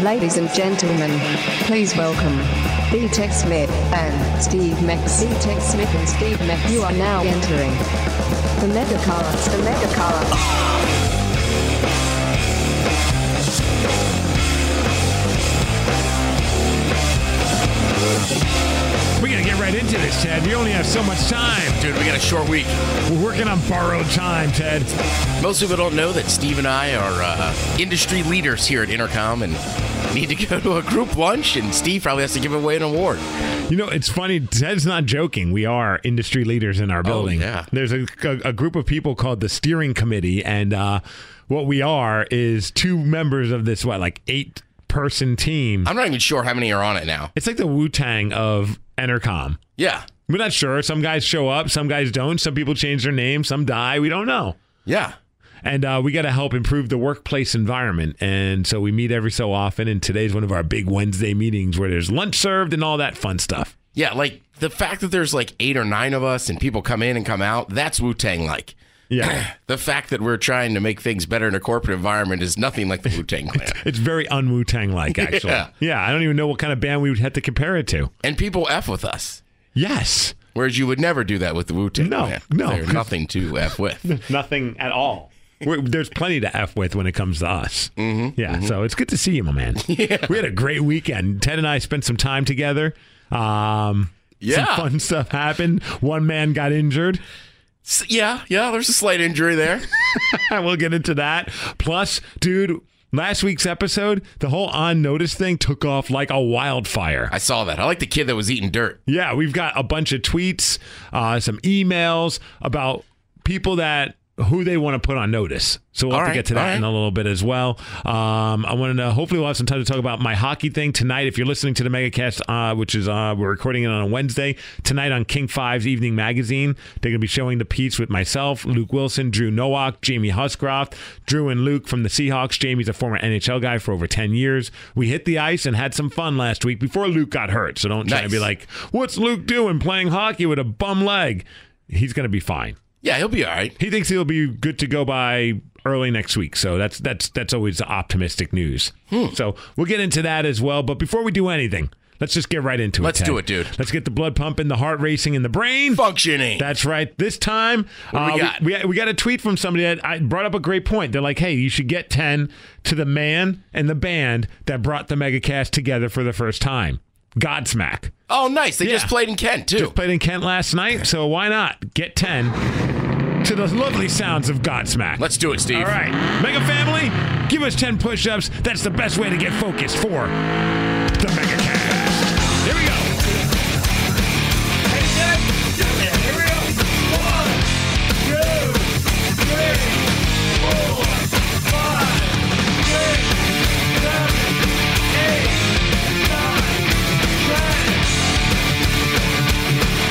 Ladies and gentlemen, please welcome B-Tech Smith and Steve Max. B-Tech Smith and Steve Max. You are now entering the mega cars. The mega cars. We gotta get right into this, Ted. You only have so much time. Dude, we got a short week. We're working on borrowed time, Ted. Most people don't know that Steve and I are uh, industry leaders here at Intercom and need to go to a group lunch, and Steve probably has to give away an award. You know, it's funny. Ted's not joking. We are industry leaders in our building. yeah. There's a, a, a group of people called the steering committee, and uh, what we are is two members of this what, like eight person team. I'm not even sure how many are on it now. It's like the Wu Tang of Entercom. Yeah. We're not sure. Some guys show up, some guys don't. Some people change their name, some die. We don't know. Yeah. And uh, we got to help improve the workplace environment. And so we meet every so often. And today's one of our big Wednesday meetings where there's lunch served and all that fun stuff. Yeah, like the fact that there's like eight or nine of us and people come in and come out, that's Wu Tang like. Yeah. The fact that we're trying to make things better in a corporate environment is nothing like the Wu Tang Clan. It's very un Wu Tang like, actually. Yeah. I don't even know what kind of band we would have to compare it to. and people F with us, Yes. whereas you would never do that with the Wu Tang No, Clan. no. They're nothing to F with. Nothing at all. We're, there's plenty to F with when it comes to us. Mm-hmm, yeah. So it's good to see you, my man. We had a great weekend. Ted and I spent some time together. Um, Yeah. Some fun stuff happened. One man got injured. S- yeah, yeah, there's a slight injury there. we'll get into that. Plus, dude, last week's episode, the whole on notice thing took off like a wildfire. I saw that. I like the kid that was eating dirt. Yeah, we've got a bunch of tweets, uh, some emails about people that who they want to put on notice. So we'll All have to right, get to that all right. in a little bit as well. Um, I wanted to hopefully we'll have some time to talk about my hockey thing tonight. If you're listening to the MegaCast, uh, which is uh, we're recording it on a Wednesday tonight on King Five's Evening Magazine, they're going to be showing the piece with myself, Luke Wilson, Drew Nowak, Jamie Huscroft, Drew and Luke from the Seahawks. Jamie's a former NHL guy for over ten years. We hit the ice and had some fun last week before Luke got hurt. So don't try to Nice. be like. Like, what's Luke doing playing hockey with a bum leg? He's going to be fine. Yeah, he'll be all right. He thinks he'll be good to go by early next week. So that's that's that's always optimistic news. Hmm. So we'll get into that as well. But before we do anything, let's just get right into Let's it. Ted. do it, dude. Let's get the blood pumping, the heart racing, and the brain. Functioning. That's right. This time, do we uh, got? we, we got a tweet from somebody that I brought up a great point. They're like, hey, you should get 10 to the man and the band that brought the megacast together for the first time Godsmack. oh, nice. They Yeah. just played in Kent, too. Played in Kent last night, so why not get 10 to the lovely sounds of Godsmack? Let's do it, Steve. All right. Mega Family, give us 10 push ups. That's the best way to get focused for the Mega Cast. Here we go.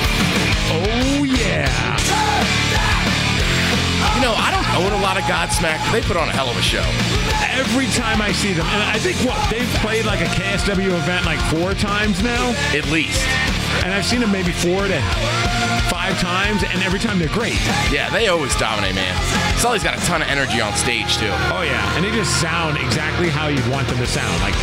Oh, yeah. You know, I don't own a lot of Godsmack. They put on a hell of a show. Every time I see them, and I think what they've played like a KSW event like four times now, At least. and I've seen them maybe four to five times, and every time they're great. Yeah, they always dominate, man. Sully's got a ton of energy on stage, too. Oh yeah, and they just sound exactly how you'd want them to sound. Like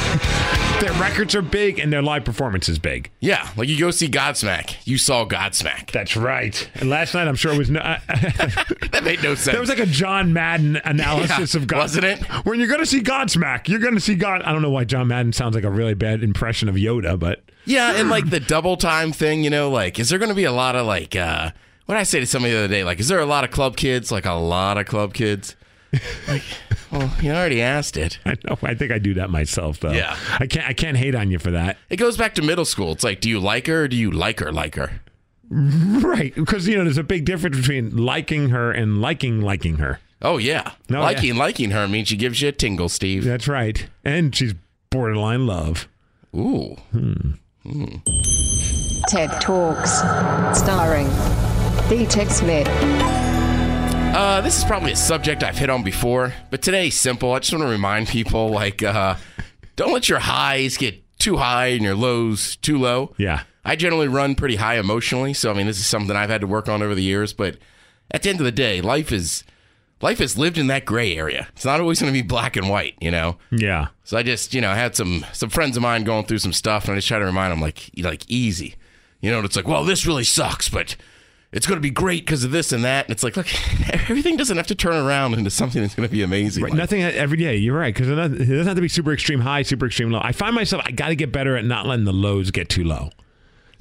their records are big and their live performance is big. Yeah, like you go see Godsmack. You saw Godsmack. That's right. And last night, I'm sure it was no. That made no sense. That was like a John Madden analysis Yeah, of God. wasn't it? When you're going to see Godsmack, you're going to see God. I don't know why John Madden sounds like a really bad impression of Yoda, but yeah, and like the double time thing, you know, like, is there going to be a lot of like, uh, what did I say to somebody the other day? Like, is there a lot of club kids? Like, a lot of club kids? Like, well, you already asked it. I know. I think I do that myself though. Yeah. I can't. I can't hate on you for that. It goes back to middle school. It's like, do you like her or do you like her like her? Right. Because you know, there's a big difference between liking her and liking liking her. Oh, yeah. No, liking, yeah. liking her means she gives you a tingle, Steve. That's right. And she's borderline love. Ooh. TED Talks, starring B-Tech Smith. Uh, this is probably a subject I've hit on before, but today's simple. I just want to remind people, like, uh, don't let your highs get too high and your lows too low. Yeah. I generally run pretty high emotionally, so I mean, this is something I've had to work on over the years. But at the end of the day, life is life is lived in that gray area. It's not always going to be black and white, you know. Yeah. So I just, you know, I had some some friends of mine going through some stuff, and I just try to remind them, like, e- like easy, you know. And it's like, well, this really sucks, but it's going to be great because of this and that. And it's like, look, everything doesn't have to turn around into something that's going to be amazing. Like, Nothing uh, every day. You're right because it doesn't it doesn't have to be super extreme high, super extreme low. I find myself I got to get better at not letting the lows get too low.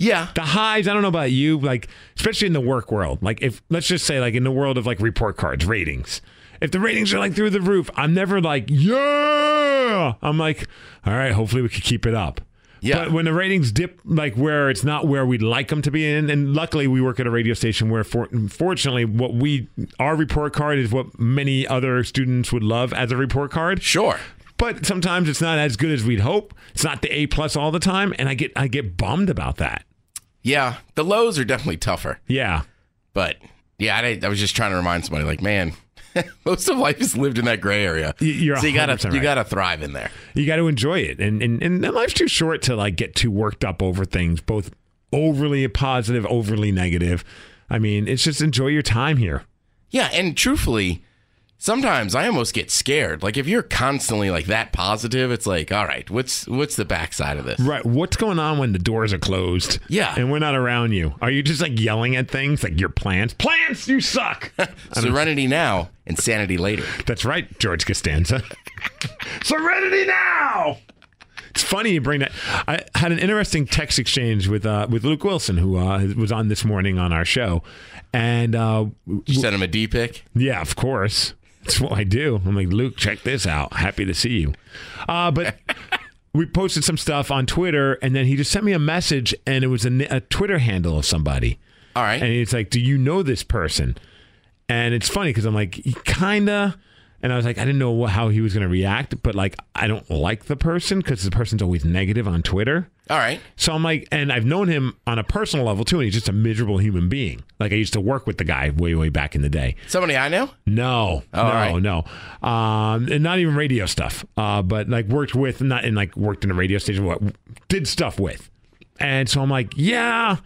yeah, the highs i don't know about you like especially in the work world like if let's just say like in the world of like report cards ratings if the ratings are like through the roof i'm never like yeah i'm like all right hopefully we could keep it up Yeah. but when the ratings dip like where it's not where we'd like them to be in and luckily we work at a radio station where for, fortunately what we our report card is what many other students would love as a report card sure. but sometimes it's not as good as we'd hope it's not the a plus all the time and i get i get bummed about that Yeah, the lows are definitely tougher. yeah But yeah, I, I was just trying to remind somebody, like, man, most of life is lived in that gray area. Y- you're so you gotta 100% you right. gotta thrive in there. you got to enjoy it and, and and life's too short to like get too worked up over things both overly positive overly negative i mean it's just enjoy your time here Yeah, and truthfully, sometimes I almost get scared. Like if you're constantly like that positive, it's like, all right, what's what's the backside of this? right what's going on when the doors are closed Yeah. and we're not around you are you just like yelling at things like your plants plants you suck Serenity now, insanity later. that's right george costanza serenity now it's funny you bring that. I had an interesting text exchange with uh, with Luke Wilson, who uh, was on this morning on our show, and uh, Did you send him a D pic? Yeah, of course. That's what I do. I'm like, Luke, check this out. Happy to see you. Uh, but we posted some stuff on Twitter, and then he just sent me a message, and it was a, ni- a Twitter handle of somebody. All right. And it's like, do you know this person? And it's funny because I'm like, "He kinda. And I was like, I didn't know wha- how he was going to react, but like, I don't like the person because the person's always negative on Twitter. all right. So I'm like, and I've known him on a personal level too, and he's just a miserable human being. Like, I used to work with the guy way, way back in the day. Somebody I know? No, no, right. no, um, and not even radio stuff. Uh, but like worked with, not and like worked in a radio station. What did stuff with, and so I'm like, yeah,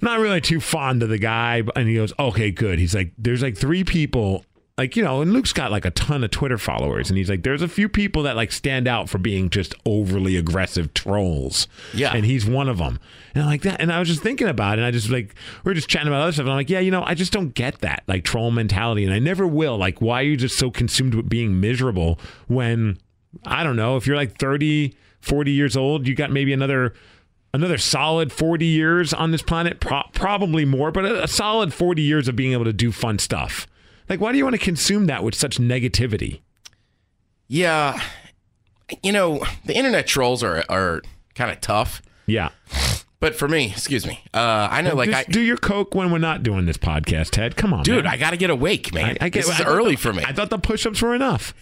not really too fond of the guy. But- And he goes, okay, good. He's like, there's like three people, like you know, and Luke's got like a ton of Twitter followers, and he's like, there's a few people that like stand out for being just overly aggressive trolls. Yeah. and he's one of them. And I'm like that, and I was just thinking about it. And I just like we were just chatting about other stuff. And I'm like, yeah, you know, I just don't get that like troll mentality, and I never will. Like, why are you just so consumed with being miserable when I don't know if you're like 30, 40 years old, you got maybe another another solid 40 years on this planet, pro- probably more, but a, a solid 40 years of being able to do fun stuff. Like, why do you want to consume that with such negativity? Yeah. You know, the internet trolls are are kind of tough. Yeah, But for me, excuse me. Uh, I know like just I do your coke when we're not doing this podcast, Ted. Come on, dude, man. I gotta get awake, man. I get- this is I thought early the- for me. I thought the push-ups were enough.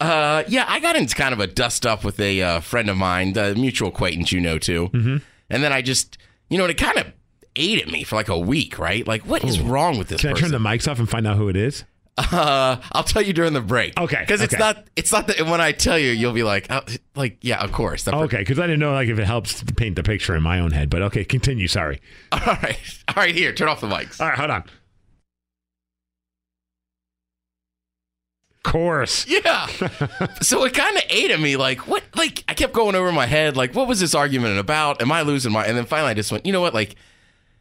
Uh, yeah, I got into kind of a dust up with a uh, friend of mine, the mutual acquaintance you know too. Mm-hmm. And then I just, you know, and it kind of ate at me for like a week, right? Like, what is wrong with this Oh. Can I turn person? the mics off and find out who it is? uh, I'll tell you during the break. Okay, Because it's okay. not, it's not that when I tell you, you'll be like, oh, like, yeah, of course. that per- Okay, because I didn't know like if it helps to paint the picture in my own head. But okay, continue. Sorry. All right. All right, here, turn off the mics. All right, hold on. Course. Yeah. so it kind of ate at me. Like, what? Like, I kept going over my head. Like, what was this argument about? Am I losing my? And then finally, I just went, you know what? Like,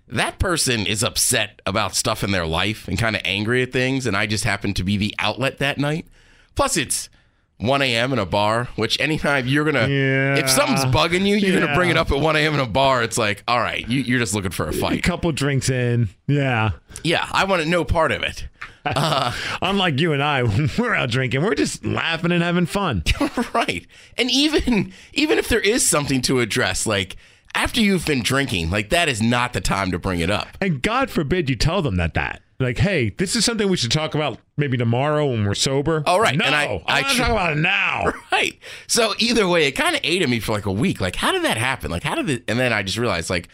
that person is upset about stuff in their life and kind of angry at things. And I just happened to be the outlet that night. Plus, it's 1 a.m. in a bar, which anytime you're going to, Yeah. if something's bugging you, you're going Yeah. to bring it up at 1 a.m. in a bar. It's like, all right, you, you're just looking for a A fight. couple drinks in. Yeah. Yeah. I want no part of it. Unlike you and I, when we're out drinking, we're just laughing and having fun. right and even even if there is something to address like after you've been drinking like that is not the time to bring it up And God forbid you tell them that that. Like, hey, this is something we should talk about maybe tomorrow when we're sober. All Oh, right, No, and I- I want tr- to talk about it now. right so either way it kind of ate at me for like a week like how did that happen like how did it and then i just realized like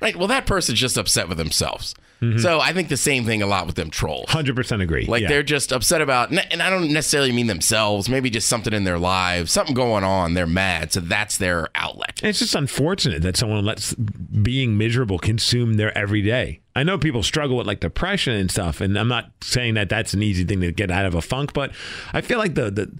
Right. Well, that person's just upset with themselves. So I think the same thing a lot with them trolls. Hundred percent agree. Like Yeah. they're just upset about, and I don't necessarily mean themselves. Maybe just something in their lives, something going on. They're mad, so that's their outlet. And it's just unfortunate that someone lets being miserable consume their everyday. I know people struggle with like depression and stuff, and I'm not saying that that's an easy thing to get out of a funk, but I feel like the the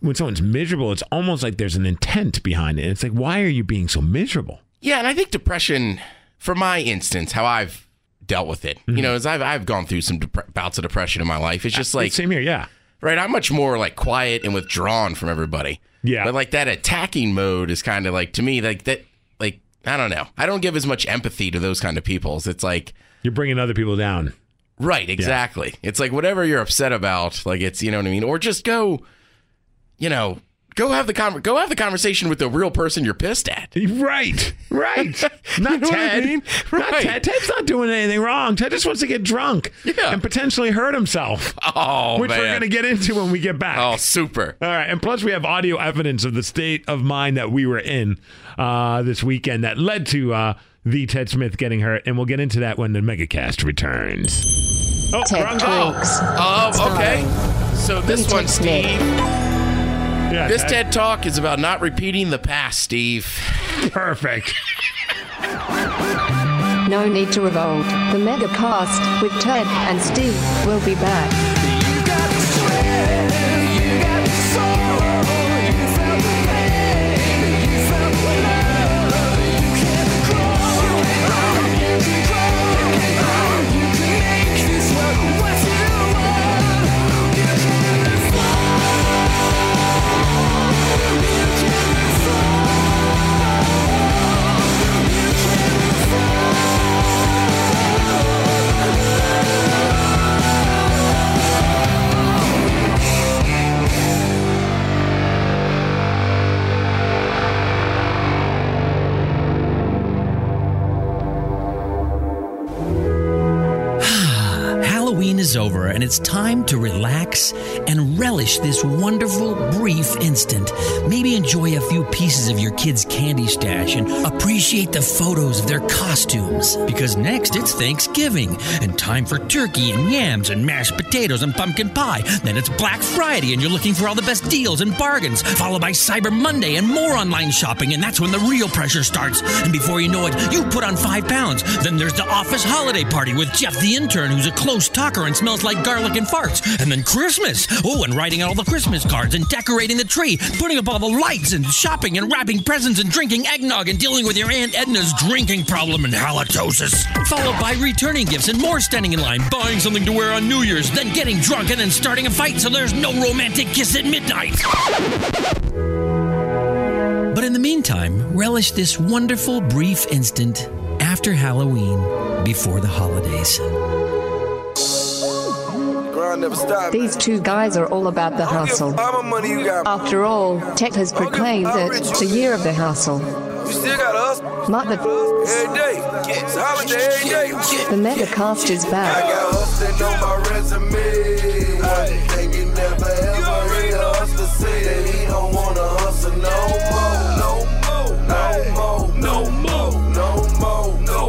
when someone's miserable, it's almost like there's an intent behind it. It's like, why are you being so miserable? Yeah, and I think depression, for my instance, how I've dealt with it, Mm-hmm. you know, is I've I've gone through some depre- bouts of depression in my life. It's just like Same here, yeah. right. I'm much more like quiet and withdrawn from everybody. Yeah. but like that attacking mode is kind of like to me like that like I don't know. I don't give as much empathy to those kind of peoples. It's like You're bringing other people down. Right, exactly. It's like whatever you're upset about, like it's you know what I mean, or just go, you know, go have the con- go have the conversation with the real person you're pissed at. Right, right. Not You know what I Ted. mean? Not Right. Ted. Ted's not doing anything wrong. Ted just wants to get drunk Yeah. and potentially hurt himself, Oh which we're man. going to get into when we get back. oh super. All right, and plus we have audio evidence of the state of mind that we were in uh, this weekend that led to uh, the Ted Smith getting hurt, and we'll get into that when the MegaCast returns. Oh, wrong Ted call. Talks. Oh okay. So this Who one, takes me? Steve. Yeah, This Ted- TED Talk is about not repeating the past, Steve. perfect. No need to revolt. The Mega Cast with Ted and Steve will be back. Halloween is over and it's time to relax and relish this wonderful brief instant. Maybe enjoy a few pieces of your kids' candy stash and appreciate the photos of their costumes. Because next it's Thanksgiving and time for turkey and yams and mashed potatoes and pumpkin pie. Then it's Black Friday and you're looking for all the best deals and bargains, followed by Cyber Monday and more online shopping, and that's when the real pressure starts. And before you know it, you put on five pounds. Then there's the office holiday party with Jeff the intern, who's a close talker and smells like garlic and farts. And then Christmas. Oh, and writing all the Christmas cards and decorating the tree, putting up all the lights and shopping and wrapping presents and drinking eggnog and dealing with your Aunt Edna's drinking problem and halitosis. Followed by returning gifts and more standing in line, buying something to wear on New Year's, then getting drunk and then starting a fight so there's no romantic kiss at midnight. But in the meantime, relish this wonderful brief instant after Halloween, before the holidays. Grind never stop. These two guys are all about the hustle. How much money you got? After all, Ted has proclaimed it the year of the hustle. You still got us Mother, every day. It's a holiday every day. the Mega Cast is I back. got hustling on my resume. One thing you never ever hear a hustler say that he don't wanna hustle no more. No more. No more. No more. No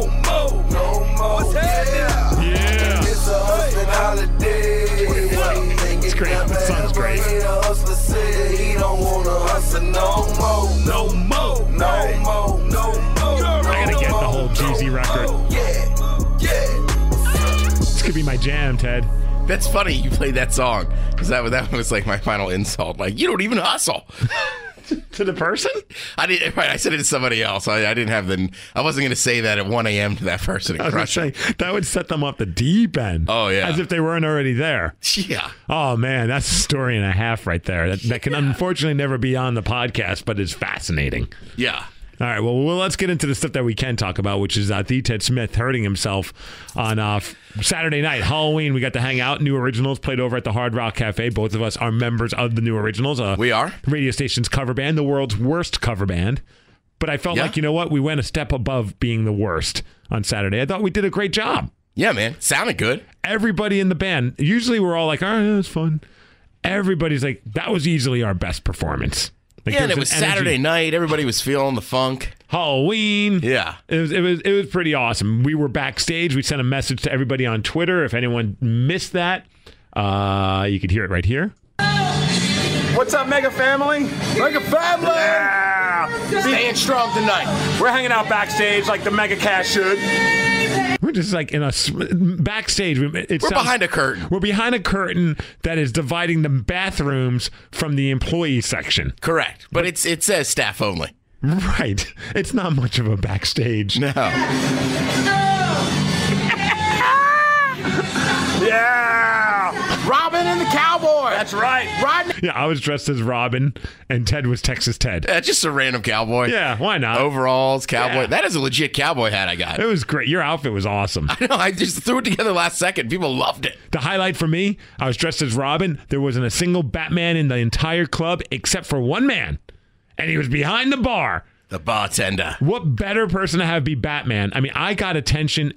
more. No more. No more. Yeah. Yeah. It's a hustling holiday. It's great. The song's great. Hustler said he don't wanna hustle no more. No more. No more. No more. I gotta get the whole Jeezy record. Yeah. Yeah. This could be my jam, Ted. That's funny you played that song because that was- that was like my final insult. Like you don't even hustle. To the person? I didn't. Right, I said it to somebody else. I, I didn't have the. I wasn't going to say that at 1 a.m. to that person I in was gonna Russia. say, that would set them off the deep end. Oh, yeah. As if they weren't already there. Yeah. Oh man, that's a story and a half right there. That, that can unfortunately never be on the podcast, but it's fascinating. Yeah. All right, well, well, let's get into the stuff that we can talk about, which is uh, the Ted Smith hurting himself on uh, f- Saturday night, Halloween. We got to hang out. New Originals played over at the Hard Rock Cafe. Both of us are members of the New Originals. Uh, We are. radio station's cover band, the world's worst cover band. But I felt Yeah. like you know what, we went a step above being the worst on Saturday. I thought we did a great job Yeah, man. Sounded good. everybody in the band. Usually we're all like, all right, that was fun. Everybody's like, that was easily our best performance. Like, Yeah, and there it was an energy- Saturday night. Everybody was feeling the funk. Halloween. Yeah. It was, it was it was pretty awesome. We were backstage. We sent a message to everybody on Twitter. If anyone missed that, uh, you could hear it right here. What's up, Mega Family? Mega Family! Staying strong tonight. We're hanging out backstage like the Mega Cash should. We're just like in a sm- backstage. room. It We're sounds- behind a curtain. We're behind a curtain that is dividing the bathrooms from the employee section. Correct. But it's it says staff only. Right. It's not much of a backstage. No. Uh, Yeah! Robin and the Cowboy. That's right. Rodney. Yeah, I was dressed as Robin, and Ted was Texas Ted. Uh, just a random cowboy. Yeah, why not? Oh. Overalls, cowboy. Uh, Yeah. That is a legit cowboy hat I got. It was great. Your outfit was awesome. No, I just threw it together last second. People loved it. The highlight for me, I was dressed as Robin. There wasn't a single Batman in the entire club except for one man, and he was behind the bar. The bartender. What better person to have be Batman? I mean, I got attention.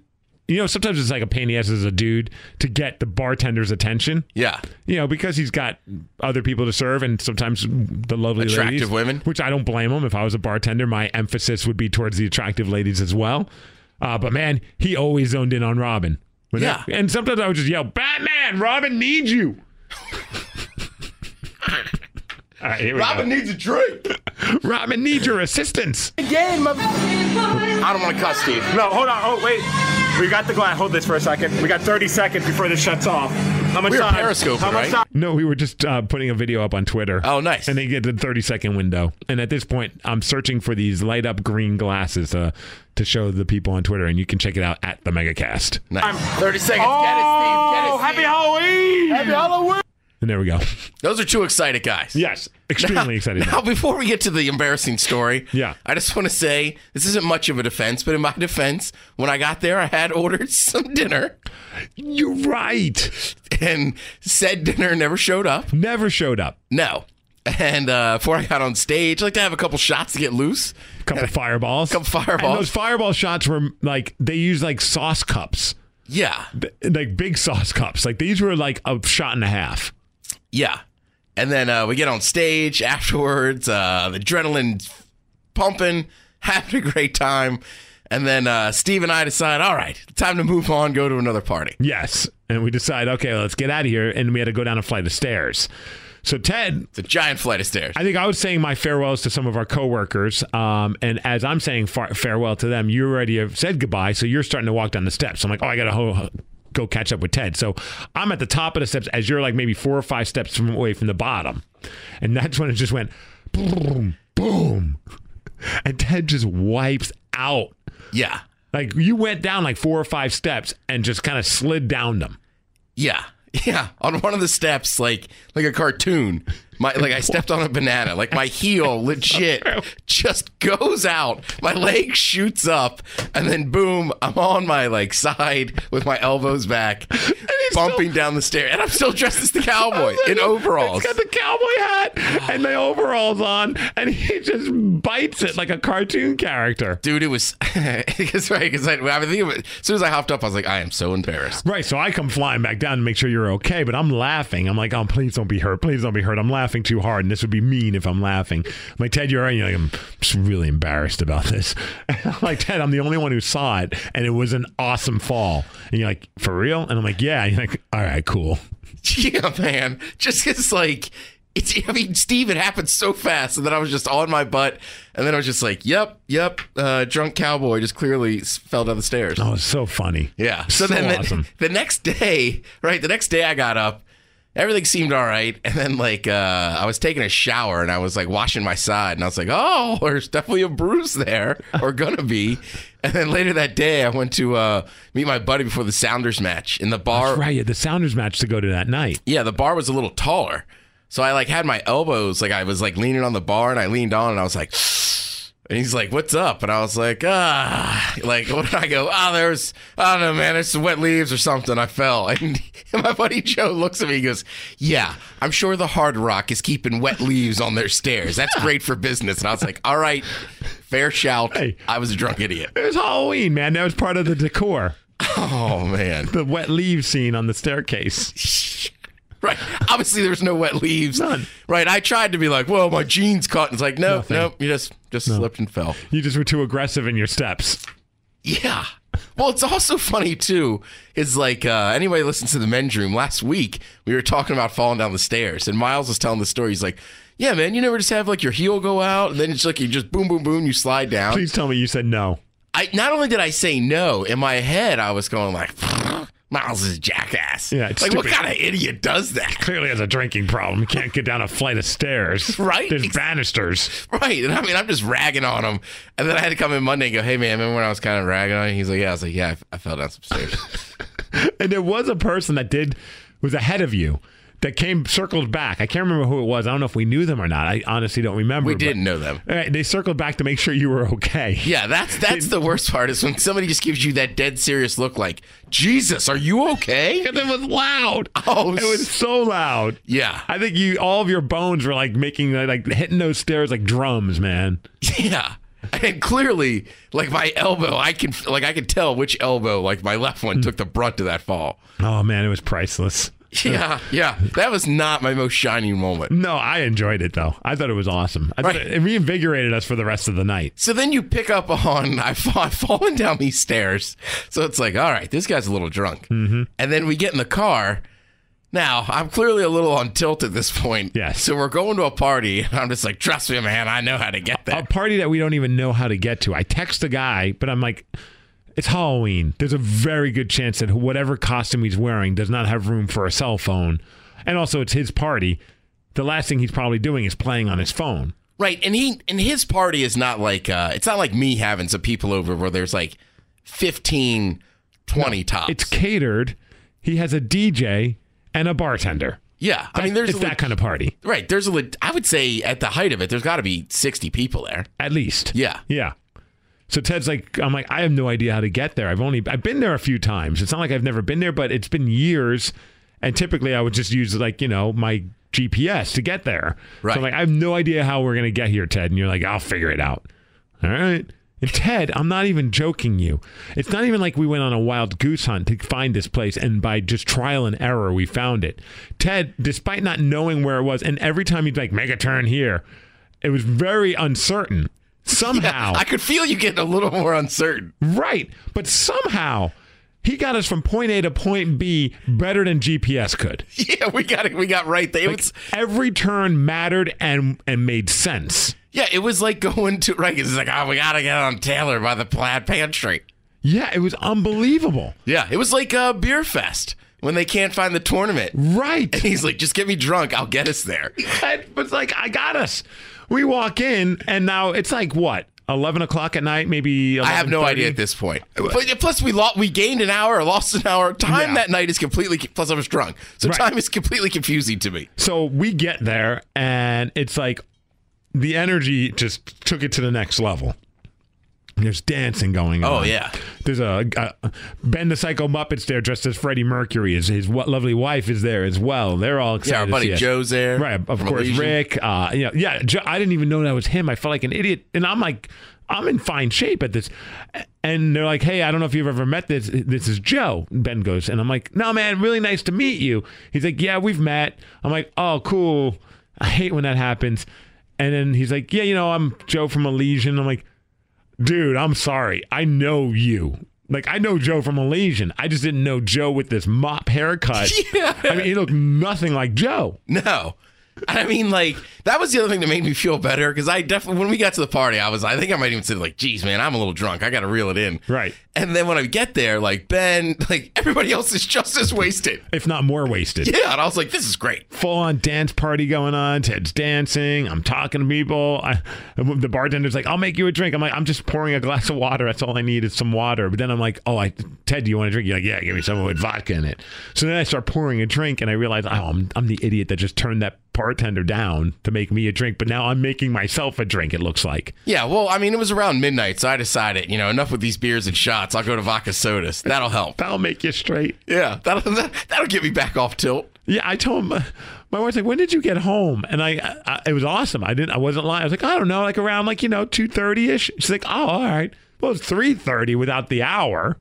You know, sometimes it's like a pain in the ass as a dude to get the bartender's attention. Yeah. You know, because he's got other people to serve, and sometimes the lovely Attractive ladies, women. Which I don't blame him. If I was a bartender, my emphasis would be towards the attractive ladies as well. Uh, but man, he always zoned in on Robin. When Yeah. that- and sometimes I would just yell, "Batman, Robin needs you." All right, here we Robin needs a drink. go. Robin needs your assistance. I don't want to cuss, Steve. No, hold on. Oh, wait. We got the glass. Hold this for a second. We got 30 seconds before this shuts off. How much We were time? periscoping, How much right? time? No, we were just uh, putting a video up on Twitter. Oh, nice. And they get the 30 second window. And at this point, I'm searching for these light up green glasses uh, to show the people on Twitter. And you can check it out at the Megacast. Nice. 30 seconds. Oh, Get it, Steve. Get it, Steve. happy Halloween! Happy Halloween! And there we go. Those are two excited guys. Yes. Extremely excited. Now, before we get to the embarrassing story, Yeah. I just want to say this isn't much of a defense, but in my defense, when I got there, I had ordered some dinner, You're right. and said dinner never showed up. Never showed up. No. And uh, before I got on stage, I like to have a couple shots to get loose. Couple fireballs. Couple fireballs. And those fireball shots were like, they used like sauce cups, Yeah, Th- like big sauce cups. Like these were like a shot and a half. yeah. And then uh, we get on stage afterwards. Uh, the adrenaline pumping, having a great time. And then uh, Steve and I decide, all right, time to move on, go to another party. Yes. And we decide, okay, let's get out of here. And we had to go down a flight of stairs. So Ted It's a giant flight of stairs. I think I was saying my farewells to some of our coworkers, um, and as I'm saying far- farewell to them, you already have said goodbye, so you're starting to walk down the steps. I'm like, oh, I gotta ho- go catch up with Ted. So I'm at the top of the steps as you're like maybe four or five steps from away from the bottom, and that's when it just went boom, boom, and Ted just wipes out. Yeah, Like you went down like four or five steps and just kind of slid down them. yeah, yeah. On one of the steps, like like a cartoon. My like I stepped on a banana. Like my heel, legit, just goes out. My leg shoots up, and then boom, I'm on my like side with my elbows back, bumping down the stair, and I'm still dressed as the cowboy in "Oh, overalls. He's got the cowboy hat and the overalls on, and he just bites it like a cartoon character. Dude, it was because right because I, I think as soon as I hopped up, I was like, I am so embarrassed. Right, so I come flying back down to make sure you're okay, but I'm laughing. I'm like, oh, please don't be hurt. Please don't be hurt. I'm laughing too hard, and this would be mean if I'm laughing. I'm like, Ted, you're right. You're like, I'm just really embarrassed about this. And I'm like, Ted, I'm the only one who saw it, and it was an awesome fall. And you're like, for real? And I'm like, yeah. And you're like, all right, cool. Yeah, man. Just it's like it's. I mean, Steve, it happened so fast, and then I was just on my butt, and then I was just like, "Yep, yep." Uh, drunk cowboy just clearly s- fell down the stairs. Oh, it's so funny. Yeah. So, then the- awesome. The, next day, right? The next day, I got up. Everything seemed all right, and then like uh, I was taking a shower, and I was like washing my side, and I was like, "Oh, there's definitely a bruise there, or gonna be." And then later that day, I went to uh, meet my buddy before the Sounders match in the bar. right, yeah, the Sounders match to go to that night. Yeah, the bar was a little taller. So I like had my elbows, like I was like leaning on the bar and I leaned on and I was like, and he's like, what's up? And I was like, ah, like, what did I go? Ah, there's, I don't know, man, there's some wet leaves or something. I fell. And my buddy Joe looks at me, he goes, yeah, I'm sure the Hard Rock is keeping wet leaves on their stairs. That's great for business. And I was like, all right, fair shout. Hey. I was a drunk idiot. It was Halloween, man. That was part of the decor. Oh, man. The wet leaves scene on the staircase. Right. Obviously, there's no wet leaves. None. Right. I tried to be like, "Whoa, my jeans caught." And it's like, no, Nothing. no, you just just slipped and fell. You just were too aggressive in your steps. Yeah. Well, it's also funny too. Is like uh, anybody who listens to the men's room last week? We were talking about falling down the stairs, and Miles was telling the story. He's like, "Yeah, man, you never just have like your heel go out, and then it's like you just boom, boom, boom, you slide down." Please tell me you said no. I not only did I say no in my head, I was going like, "Miles is a jackass." Yeah, like it's what stupid. kind of idiot does that? Clearly has a drinking problem. You can't get down a flight of stairs. Right? There's Ex- banisters. Right. And I mean, I'm just ragging on him. And then I had to come in Monday and go, hey, man, remember when I was kind of ragging on you? He's like, yeah. I was like, yeah, I, I fell down some stairs. And there was a person that did was ahead of you that came circled back. I can't remember who it was. I don't know if we knew them or not. I honestly don't remember. we but- didn't know them. All right, they circled back to make sure you were okay. Yeah, that's that's the worst part is when somebody just gives you that dead serious look like, Jesus, are you okay? And it was loud. Oh, it was so loud. Yeah. I think you all of your bones were like making like hitting those stairs like drums, man. Yeah. And clearly, like my elbow, I can like I can tell which elbow, like my left one, Hmm. took the brunt of that fall. Oh man, it was priceless. Yeah, yeah, that was not my most shining moment. No, I enjoyed it though. I thought it was awesome. I thought Right. it, it reinvigorated us for the rest of the night. So then you pick up on I've, fa- I've fallen down these stairs. So it's like, all right, this guy's a little drunk. Mm-hmm. And then we get in the car. Now I'm clearly a little on tilt at this point. Yes. So we're going to a party, and I'm just like, trust me, man, I know how to get there. A party that we don't even know how to get to. I text a guy, but I'm like, it's Halloween. There's a very good chance that whatever costume he's wearing does not have room for a cell phone, and also it's his party. The last thing he's probably doing is playing on his phone. Right, and he and his party is not like uh, it's not like me having some people over where there's like 15, 20 tops. It's catered. He has a DJ and a bartender. yeah, I mean there's it's a, that leg- kind of party, right. There's a leg- I would say at the height of it, there's got to be sixty people there. at least. Yeah, Yeah. So Ted's like, I'm like, I have no idea how to get there. I've only, I've been there a few times. It's not like I've never been there, but it's been years. And typically I would just use like, you know, my GPS to get there. So Right. I'm like, I have no idea how we're going to get here, Ted. And you're like, I'll figure it out. All right. And Ted, I'm not even joking you. It's not even like we went on a wild goose hunt to find this place and by just trial and error we found it. Ted, despite not knowing where it was, and every time he'd like, make a turn here, it was very uncertain. Somehow I could feel you getting a little more uncertain. Right. But somehow he got us from point A to point B better than GPS could. Yeah, we got it. We got right there. It was, Every turn mattered and and made sense. yeah, it was like going to right. It's like oh, we gotta get on Taylor by the plaid pantry. Yeah, it was unbelievable. Yeah, it was like uh, beer fest when they can't find the tournament. Right. He's like, just get me drunk. I'll get us there. It was like, I got us. We walk in and now it's like what? Eleven o'clock at night, maybe. I have no 11:30? idea at this point. But plus, we lost, we gained an hour, or lost an hour. Time Yeah. that night is completely. Plus, I was drunk, so Right. time is completely confusing to me. So we get there and it's like the energy just took it to the next level. There's dancing going on. Oh yeah, There's a, a Ben the Psycho Muppets there dressed as Freddie Mercury. His his wa- lovely wife is there as well. They're all excited. yeah. Our to see buddy us. Joe's there, right? Of from course, Elysian. Rick. Uh, yeah, yeah. Joe, I didn't even know that was him. I felt like an idiot, and I'm like, I'm in fine shape at this. And they're like, Hey, I don't know if you've ever met this. This is Joe. Ben goes, and I'm like, No, man, really nice to meet you. He's like, Yeah, we've met. I'm like, Oh, cool. I hate when that happens. And then he's like, Yeah, you know, I'm Joe from Elysian. I'm like dude, I'm sorry. I know you. Like I know Joe from Elysian. I just didn't know Joe with this mop haircut. Yeah. I mean, he looked nothing like Joe. No. And I mean, like, that was the other thing that made me feel better because I definitely, when we got to the party, I was, I think I might even say, like, geez, man, I'm a little drunk. I got to reel it in. Right. And then when I get there, like, Ben, like, everybody else is just as wasted. If not more wasted. Yeah. And I was like, this is great. Full on dance party going on. Ted's dancing. I'm talking to people. I, the bartender's like, I'll make you a drink. I'm like, I'm just pouring a glass of water. That's all I need is some water. But then I'm like, oh, I, Ted, do you want a drink? You're like, yeah, give me some with vodka in it. So then I start pouring a drink and I realize, oh, I'm, I'm the idiot that just turned that bartender down to make me a drink. But now I'm making myself a drink, it looks like. Yeah. Well, I mean, it was around midnight. So I decided, you know, enough with these beers and shots. I'll go to vodka sodas. That'll help. That'll make you straight. Yeah. That'll, that, that'll get me back off tilt. Yeah, I told him. My wife's like, "When did you get home?" And I, I it was awesome. I didn't, I wasn't lying. I was like, "I don't know, like around like you know two thirty ish." She's like, "Oh, all right." Well, it's three thirty without the hour.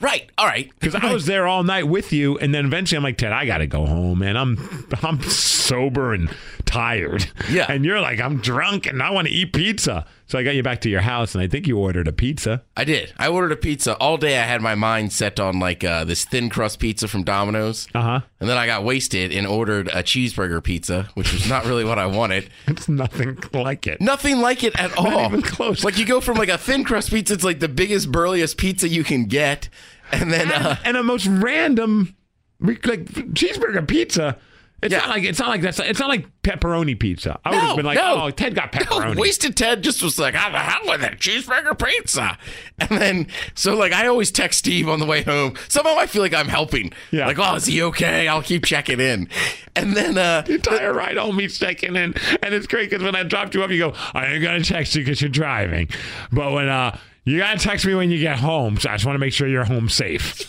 Right. All right. Because I was there all night with you, and then eventually I'm like, Ted, I gotta go home, man. I'm I'm sober and tired. Yeah. And you're like, I'm drunk and I want to eat pizza. So I got you back to your house, and I think you ordered a pizza. I did. I ordered a pizza all day. I had my mind set on like uh, this thin crust pizza from Domino's, Uh huh. and then I got wasted and ordered a cheeseburger pizza, which was not really what I wanted. It's nothing like it. Nothing like it at all. even close. Like you go from like a thin crust pizza, it's like the biggest burliest pizza you can get, and then uh, and a most random re- like cheeseburger pizza. It's Yeah. not like it's not like that's it's not like pepperoni pizza. I would have No, been like, no. oh, Ted got pepperoni. No, wasted Ted just was like, I'm out with it, cheeseburger pizza. And then, so like, I always text Steve on the way home. Somehow I feel like I'm helping. Yeah. Like, oh, is he okay? I'll keep checking in. And then, uh, The entire ride home each second, and and it's great because when I dropped you off, you go, I ain't gonna text you because you're driving, but when uh you gotta text me when you get home, so I just want to make sure you're home safe.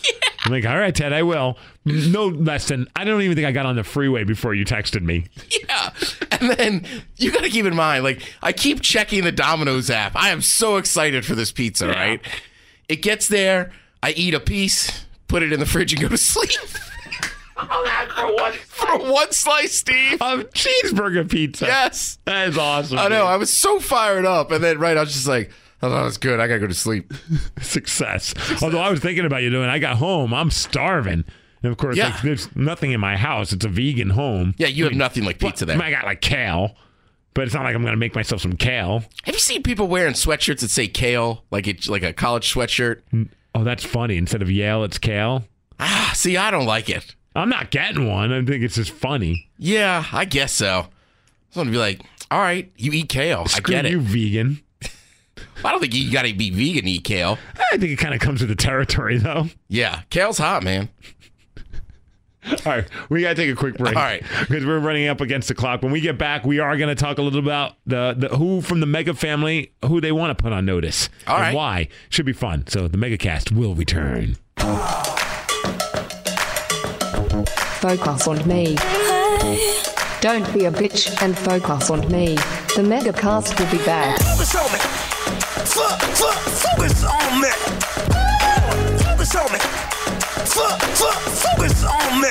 I'm like, all right, Ted, I will. No less than I don't even think I got on the freeway before you texted me. yeah. And then you got to keep in mind, like, I keep checking the Domino's app. I am so excited for this pizza, right? It gets there. I eat a piece, put it in the fridge, and go to sleep. Oh, for one slice, Steve. Of cheeseburger pizza. Yes. that is awesome. I know. dude. I was so fired up, and then right, I was just like, "Oh, that was good. I gotta go to sleep." success. Although I was thinking about you doing, I got home, I'm starving. And of course, Yeah. like, there's nothing in my house. It's a vegan home. Yeah, you have nothing like pizza there. I got like kale, but it's not like I'm going to make myself some kale. Have you seen people wearing sweatshirts that say kale, like it, like a college sweatshirt? Oh, that's funny. Instead of Yale, it's kale. Ah, see, I don't like it. I'm not getting one. I think it's just funny. Yeah, I guess so. I'm gonna be like, "All right, you eat kale. Screw I get you, it. vegan. I don't think you gotta be vegan to eat kale. I think it kind of comes with the territory, though. Yeah, kale's hot, man. All right, we gotta take a quick break. All right. because we're running up against the clock. When we get back, we are gonna talk a little about the, the who from the Mega family, who they want to put on notice, All and right. why. Should be fun. So the Mega Cast will return. Focus on me. Don't be a bitch and focus on me. The Megacast will be back. Focus on me. Fuck, fuck, focus on me. Focus on me. Fuck, fuck, focus on me.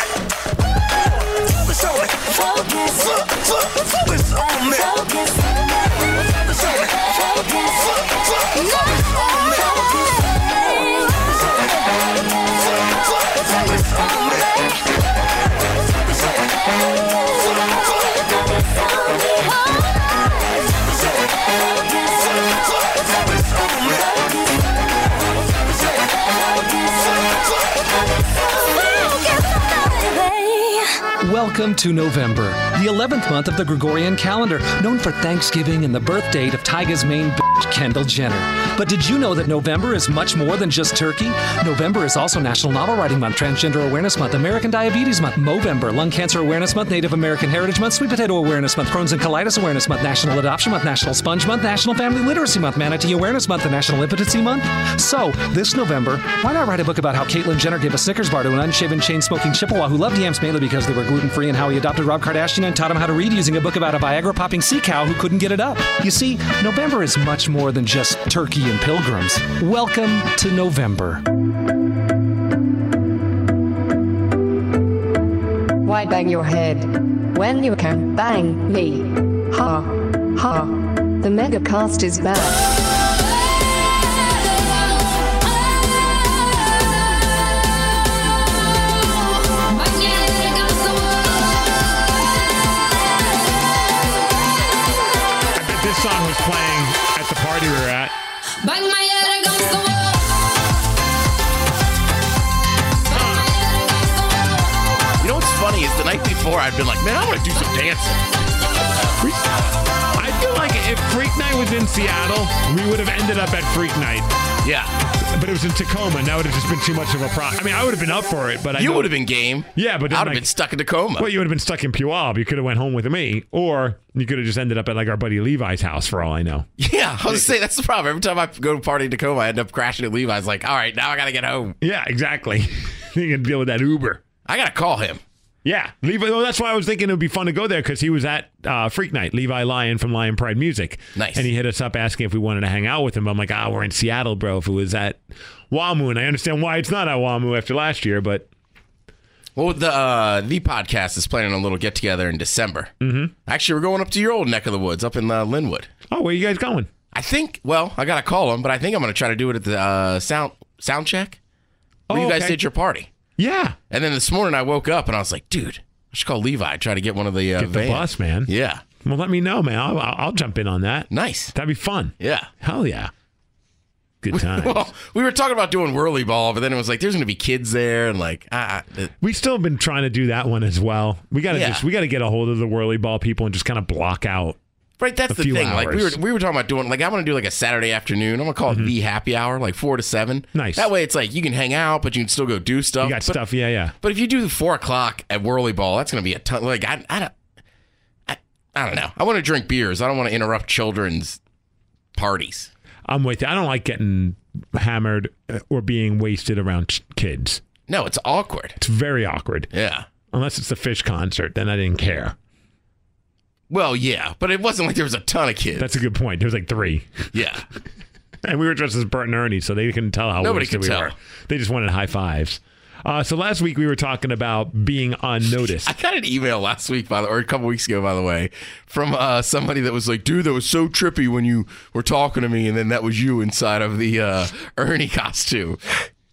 Focus on me. Focus. Fuck, fuck, focus on me. Focus. Focus on me. Focus. Fuck, fuck, focus on me. Focus on me. Fuck, fuck, focus on me. Focus on me. Fuck, fuck, Welcome to November, the 11th month of the Gregorian calendar, known for Thanksgiving and the birth date of Tyga's main bitch, Kendall Jenner. But did you know that November is much more than just turkey? November is also National Novel Writing Month, Transgender Awareness Month, American Diabetes Month, Movember, Lung Cancer Awareness Month, Native American Heritage Month, Sweet Potato Awareness Month, Crohn's and Colitis Awareness Month, National Adoption Month, National Sponge Month, National Family Literacy Month, Manatee Awareness Month, and National Impotency Month. So, this November, why not write a book about how Caitlyn Jenner gave a Snickers bar to an unshaven, chain-smoking Chippewa who loved yams mainly because they were gluten-free, and how he adopted Rob Kardashian and taught him how to read using a book about a Viagra-popping sea cow who couldn't get it up. You see, November is much more than just turkey and pilgrims. Welcome to November. Why bang your head when you can bang me? Ha ha. The Megacast is back. If This song was playing at the party we were at. You know what's funny is the night before I'd been like, "Man, I want to do some dancing." I feel like if Freak Night was in Seattle, we would have ended up at Freak Night, Yeah, but it was in Tacoma, and that would have just been too much of a problem. I mean, I would have been up for it, but I you know- would have been game. Yeah, but I'd then, have like- been stuck in Tacoma. Well, you would have been stuck in Puyallup. You could have went home with me, or you could have just ended up at like our buddy Levi's house, for all I know. Yeah, I was saying that's the problem. Every time I go to party in Tacoma, I end up crashing at Levi's. Like, all right, now I gotta get home. Yeah, exactly. you can deal with that Uber. I gotta call him. Yeah, Levi. Well, that's why I was thinking it would be fun to go there because he was at uh, Freak Night, Levi Lyon from Lion Pride Music. Nice. And he hit us up asking if we wanted to hang out with him. I'm like, ah, we're in Seattle, bro. If it was at WAMU, and I understand why it's not at WAMU after last year, but Well, the uh, the podcast is planning a little get together in December. Mm-hmm. Actually, we're going up to your old neck of the woods, up in uh, Linwood. oh, where you guys going? I think. Well, I gotta call him, but I think I'm gonna try to do it at the uh, sound sound check. Well, Oh, you guys okay. did your party, Yeah, and then this morning I woke up and I was like, dude, I should call Levi and try to get one of the uh, get the vans. bus, man. Yeah, Well, let me know, man. I'll, I'll I'll jump in on that. nice. That'd be fun. Yeah. Hell yeah. Good times. Well, we were talking about doing whirly ball, but then it was like there's gonna be kids there, and like ah, ah, we still have been trying to do that one as well. We gotta Yeah. just we gotta get a hold of the whirly ball people and just kind of block out. Right, that's a the few thing. Like we were hours. Mm-hmm. we were talking about doing like I want to do like a Saturday afternoon. I'm gonna call it the happy hour, like four to seven. Nice. That way it's like you can hang out, but you can still go do stuff. You got Uh, but, stuff, yeah, yeah. But if you do the four o'clock at Whirly Ball, that's gonna be a ton. Like I I don't I, I don't know. I want to drink beers. I don't want to interrupt children's parties. I'm with you. I don't like getting hammered uh, or being wasted around ch- kids. No, it's awkward. It's very awkward. Yeah. Unless it's the fish concert, then I didn't care. Well, yeah, but it wasn't like there was a ton of kids. That's a good point. There was like three, yeah. and we were dressed as Bert and Ernie, so they couldn't tell how Nobody wasted could we tell. were. They just wanted high fives. Uh, so last week we were talking about being unnoticed. I got an email last week, by the or a couple weeks ago, by the way, from uh, somebody that was like, "Dude, that was so trippy when you were talking to me, and then that was you inside of the uh, Ernie costume."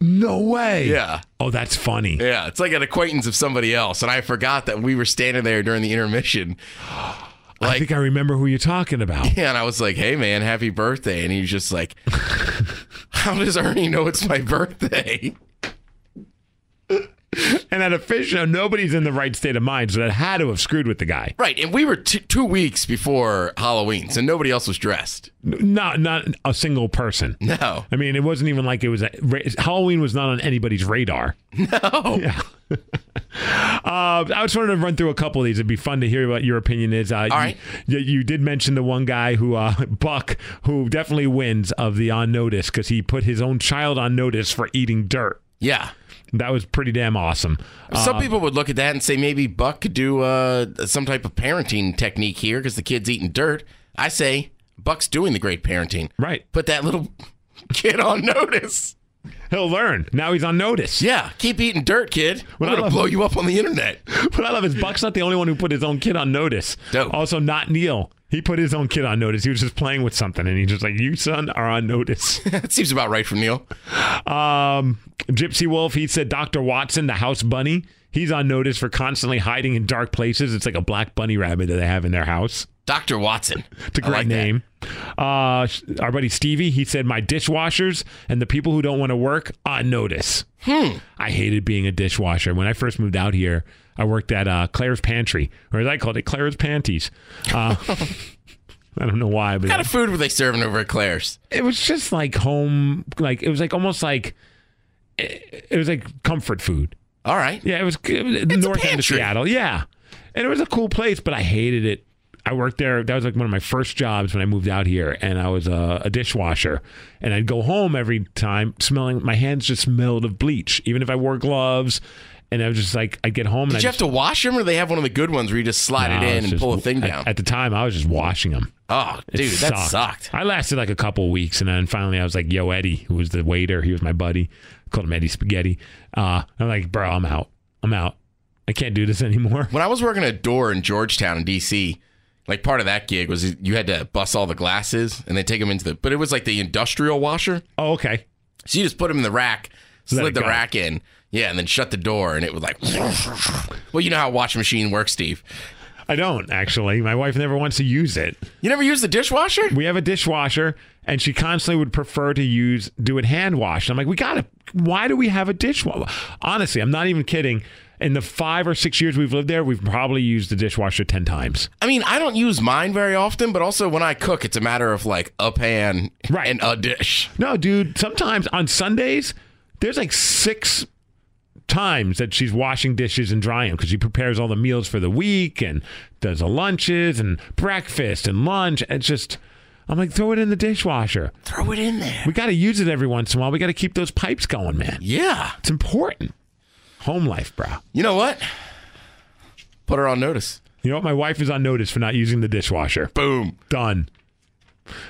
no way. Yeah, Oh, that's funny. yeah, it's like an acquaintance of somebody else, and I forgot that we were standing there during the intermission. I Like, think I remember who you're talking about. yeah, and I was like, "Hey, man, happy birthday!" And he was just like, "How does Ernie know it's my birthday?" And at a fish show, nobody's in the right state of mind, so that had to have screwed with the guy. Right, and we were t- two weeks before Halloween, so nobody else was dressed. N- Not not a single person. No, I mean, it wasn't even like it was a, ra- Halloween was not on anybody's radar. no. Uh, I just wanted to run through a couple of these. It'd be fun to hear what your opinion is. Uh, you, right. You, you did mention the one guy who uh, Buck, who definitely wins of the on notice because he put his own child on notice for eating dirt. yeah. That was pretty damn awesome. Some Um, people would look at that and say maybe Buck could do uh, some type of parenting technique here because the kid's eating dirt. I say Buck's doing the great parenting. Right. Put that little kid on notice. He'll learn. Now he's on notice. Yeah, keep eating dirt, kid. What We're I gonna love- blow you up on the internet. What I love is Buck's not the only one who put his own kid on notice. Dope. Also, not Neil. He put his own kid on notice. He was just playing with something, and he's just like, "You son are on notice." that seems about right for Neil. um, Gypsy Wolf. He said, "Doctor Watson, the house bunny. He's on notice for constantly hiding in dark places. It's like a black bunny rabbit that they have in their house. Doctor Watson. It's a great name." Uh, sh- our buddy Stevie. He said, "My dishwashers and the people who don't want to work on notice." Hmm. I hated being a dishwasher. When I first moved out here, I worked at uh, Claire's Pantry, or as I called it, Claire's Panties. Uh, I don't know why, but What kind of food were they serving over at Claire's? it was just like home, like it was like almost like it, it was like comfort food. All right. Yeah, it was it was the a north end of pantry. Seattle. Yeah, and it was a cool place, but I hated it. I worked there. That was like one of my first jobs when I moved out here, and I was a, a dishwasher. And I'd go home every time smelling. My hands just smelled of bleach, even if I wore gloves. And I was just like, I'd get home. and I Did you have to wash them, or they have one of the good ones where you just slide it in and pull a thing down? At, the time, I was just washing them. oh, It dude, that sucked. I lasted like a couple weeks, and then finally I was like, "Yo, Eddie, who was the waiter? He was my buddy. I called him Eddie Spaghetti. Uh, I'm like, bro, I'm out. I'm out. I can't do this anymore. When I was working at Door in Georgetown in DC, like part of that gig was you had to bust all the glasses and then take them into the. But it was like the industrial washer, Oh, okay. so you just put them in the rack, Let slid it the go. rack in, yeah, and then shut the door, and it was like. well, you know how a wash machine works, Steve. I don't actually. My wife never wants to use it. You never use the dishwasher? We have a dishwasher, and she constantly would prefer to use do it hand washed. I'm like, we gotta. Why do we have a dishwasher? Honestly, I'm not even kidding. In the five or six years we've lived there, we've probably used the dishwasher ten times. I mean, I don't use mine very often, but also when I cook, it's a matter of like a pan Right. and a dish. No, dude. Sometimes on Sundays, there's like six times that she's washing dishes and drying because she prepares all the meals for the week and does the lunches and breakfast and lunch. It's just, I'm like, throw it in the dishwasher. Throw it in there. We got to use it every once in a while. We got to keep those pipes going, man. Yeah. It's important. Home life, bro. You know what? Put her on notice. You know what? My wife is on notice for not using the dishwasher. Boom. Done.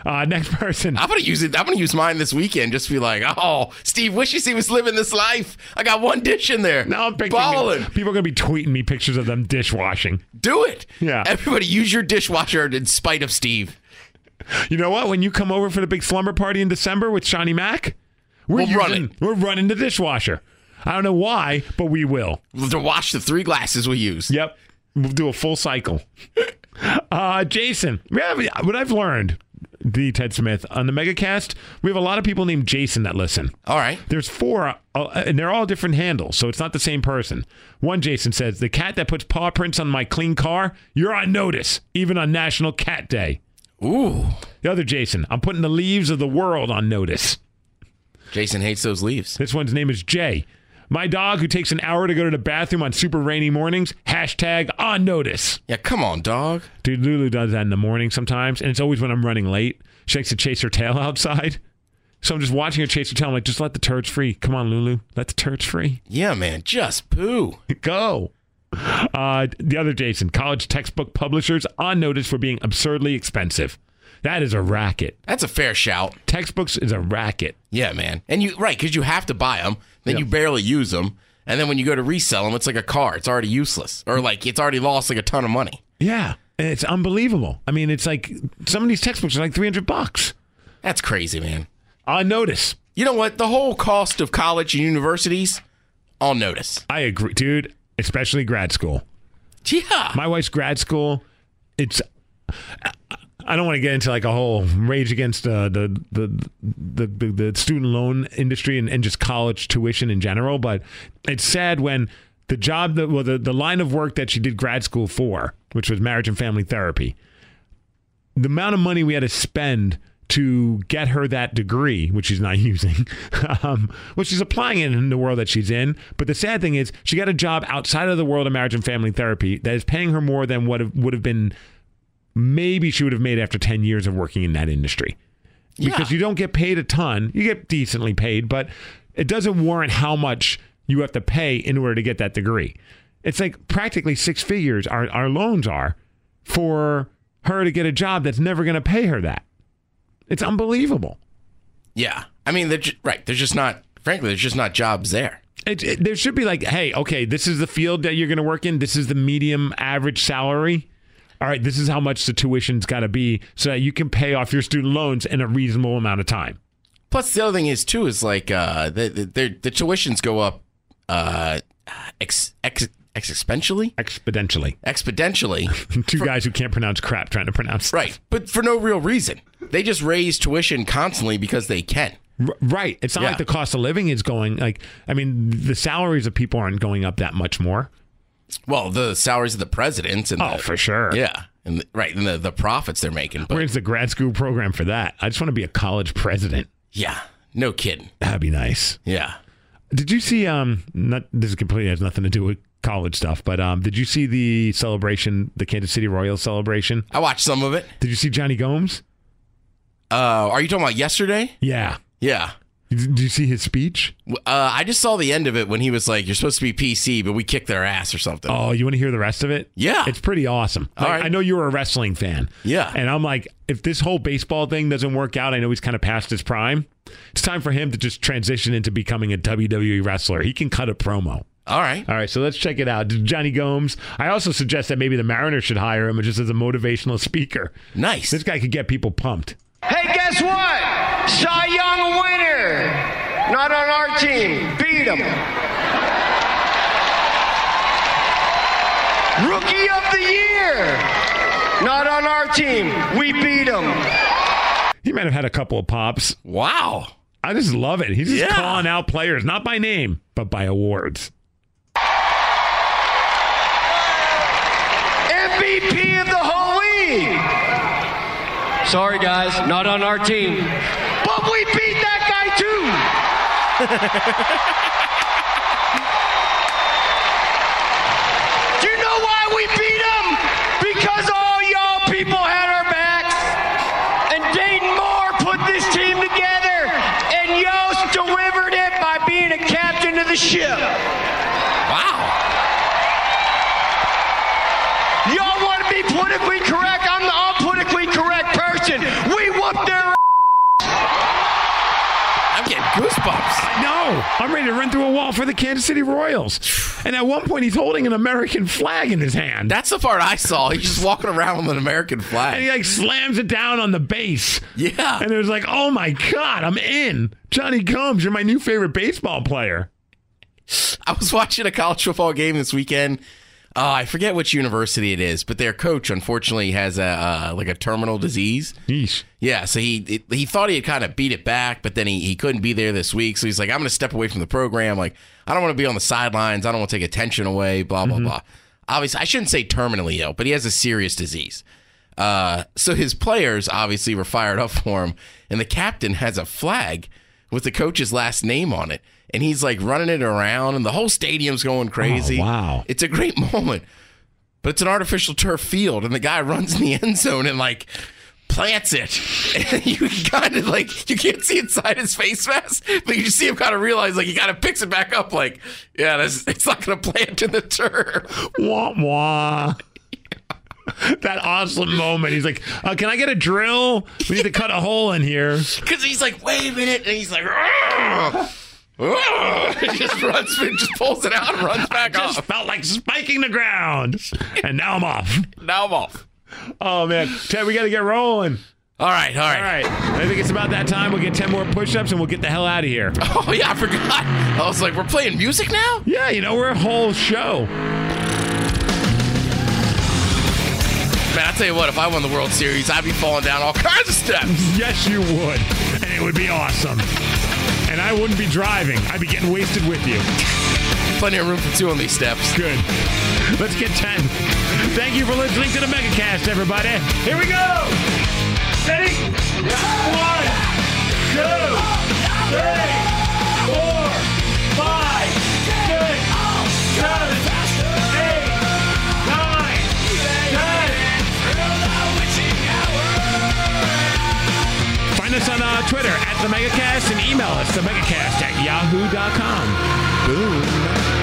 Uh, next person. I'm gonna use it. I'm gonna use mine this weekend. Just be like, oh, Steve wishes he was living this life. I got one dish in there. Now I'm picturing balling. people are gonna be tweeting me pictures of them dishwashing. Do it. Yeah. Everybody use your dishwasher in spite of Steve. You know what? When you come over for the big slumber party in December with Shawnee Mac, we're We'll run using- it. We're running the dishwasher. I don't know why, but we will. To wash the three glasses we use. Yep. We'll do a full cycle. uh, Jason, we have, what I've learned, the Ted Smith, on the Megacast, we have a lot of people named Jason that listen. All right. There's four, uh, and they're all different handles, so it's not the same person. One Jason says, The cat that puts paw prints on my clean car, you're on notice, even on National Cat Day. Ooh. The other Jason, I'm putting the leaves of the world on notice. Jason hates those leaves. This one's name is Jay. My dog who takes an hour to go to the bathroom on super rainy mornings, hashtag on notice. Yeah, come on, dog. Dude, Lulu does that in the morning sometimes, and it's always when I'm running late. She likes to chase her tail outside. So I'm just watching her chase her tail. I'm like, just let the turds free. Come on, Lulu. Let the turds free. Yeah, man, just poo. Go. Uh, the other Jason, college textbook publishers on notice for being absurdly expensive. That is a racket. That's a fair shout. Textbooks is a racket. Yeah, man. And you right because you have to buy them, then you barely use them, and then when you go to resell them, it's like a car. It's already useless, or like it's already lost like a ton of money. Yeah. And it's unbelievable. I mean, it's like some of these textbooks are like 300 bucks. That's crazy, man. On notice. You know what? The whole cost of college and universities, I'll notice. I agree, dude, especially grad school. Yeah. My wife's grad school, it's I don't want to get into like a whole rage against uh, the, the the the the student loan industry and, and just college tuition in general, but it's sad when the job that well the, the line of work that she did grad school for, which was marriage and family therapy, the amount of money we had to spend to get her that degree, which she's not using, um, well, she's applying it in the world that she's in. But the sad thing is, she got a job outside of the world of marriage and family therapy that is paying her more than what have- would have been maybe she would have made after 10 years of working in that industry. Because you don't get paid a ton, you get decently paid, but it doesn't warrant how much you have to pay in order to get that degree. It's like practically six figures our, our loans are for her to get a job that's never going to pay her that. It's unbelievable. Yeah. I mean, they're ju- right. There's just not, frankly, there's just not jobs there. It, it, there should be like, hey, okay, this is the field that you're going to work in. This is the medium average salary. All right, this is how much the tuition's got to be so that you can pay off your student loans in a reasonable amount of time. Plus, the other thing is too is like uh, the, the, the the tuitions go up uh, ex, ex, ex exponentially, exponentially. exponentially. Two guys who can't pronounce crap trying to pronounce Right. But for no real reason. They just raise tuition constantly because they can. R- right. It's not Yeah. like the cost of living is going like. I mean, the salaries of people aren't going up that much more. Well, the salaries of the presidents and Oh, the, for sure. Yeah. And the, right, and the, the profits they're making. But Where's the grad school program for that? I just want to be a college president. yeah, no kidding. That'd be nice. Yeah. Did you see? Um, not this is completely has nothing to do with college stuff, but um, did you see the celebration, the Kansas City Royals celebration? I watched some of it. Did you see Johnny Gomes? Uh, are you talking about yesterday? Yeah. Yeah. Did did you see his speech? W- Uh, I just saw the end of it when he was like, "You're supposed to be PC, but we kicked their ass or something." Oh, you want to hear the rest of it? Yeah. It's pretty awesome. All Like, right. I know you're a wrestling fan. Yeah. And I'm like, if this whole baseball thing doesn't work out, I know he's kind of past his prime. It's time for him to just transition into becoming a WWE wrestler. He can cut a promo. All right. All right, so let's check it out. Johnny Gomes. I also suggest that maybe the Mariners should hire him just as a motivational speaker. Nice. This guy could get people pumped. Hey, guess what? Cy Young winner. Not on our team. Beat him. Rookie of the year. Not on our team. We beat him. He might have had a couple of pops. wow. I just love it. He's just Yeah. calling out players, not by name, but by awards. MVP of the whole league. Sorry, guys. Not on our team. But we beat that guy, too. Do you know why we beat him? Because all y'all people had our backs. And Dayton Moore put this team together. And Yost delivered it by being a captain of the ship. Wow. Y'all want to be politically correct? I'm the unpolitically correct person. We whooped their I'm getting goosebumps. No, I'm ready to run through a wall for the Kansas City Royals. And at one point, he's holding an American flag in his hand. That's the part I saw. He's just walking around with an American and he flag. like slams it down on the base. Yeah. And it was like, oh my God, I'm in. Johnny Combs, you're my new favorite baseball player. I was watching a college football game this weekend. Uh, I forget which university it is, but their coach unfortunately has a uh, like a terminal disease. Yeesh. Yeah, so he it- he thought he had kind of beat it back, but then he, he couldn't be there this week. So he's like, I'm going to step away from the program. Like, I don't want to be on the sidelines. I don't want to take attention away, blah, blah, blah. Obviously, I shouldn't say terminally ill, but he has a serious disease. Uh, so his players obviously were fired up for him, and the captain has a flag with the coach's last name on it. And he's like running it around, and the whole stadium's going crazy. wow. It's a great moment but it's an artificial turf field, and the guy runs in the end zone and like plants it. And you kind of like you can't see inside his face mask, but you just see him kind of realize like he kind of picks it back up, like yeah, this, it's not going to plant in the turf. Wah, wah. that awesome moment. He's like, uh, can I get a drill? We need to cut a hole in here. Because he's like, wait a minute, and he's like. "Argh! Argh!" And just runs, and just pulls it out and runs back Just off. felt like spiking the ground. And now I'm off. Now I'm off. Oh, man. Ted, we got to get rolling. All right, all right, All right. I think it's about that time. We'll get 10 more push ups and we'll get the hell out of here. Oh yeah, I forgot. I was like, we're playing music now. Yeah, you know, we're a whole show. Man, I tell you what, if I won the World Series, I'd be falling down all kinds of steps. Yes, you would. And it would be awesome. And I wouldn't be driving. I'd be getting wasted with you. Plenty of room for two on these steps. Good. Let's get 10. Thank you for listening to the Megacast, everybody. Here we go. Ready? One, two, three, four, five, six, seven, eight, nine, ten. Find us on uh, Twitter at the Megacast and email us, the Megacast at yahoo.com. Boom.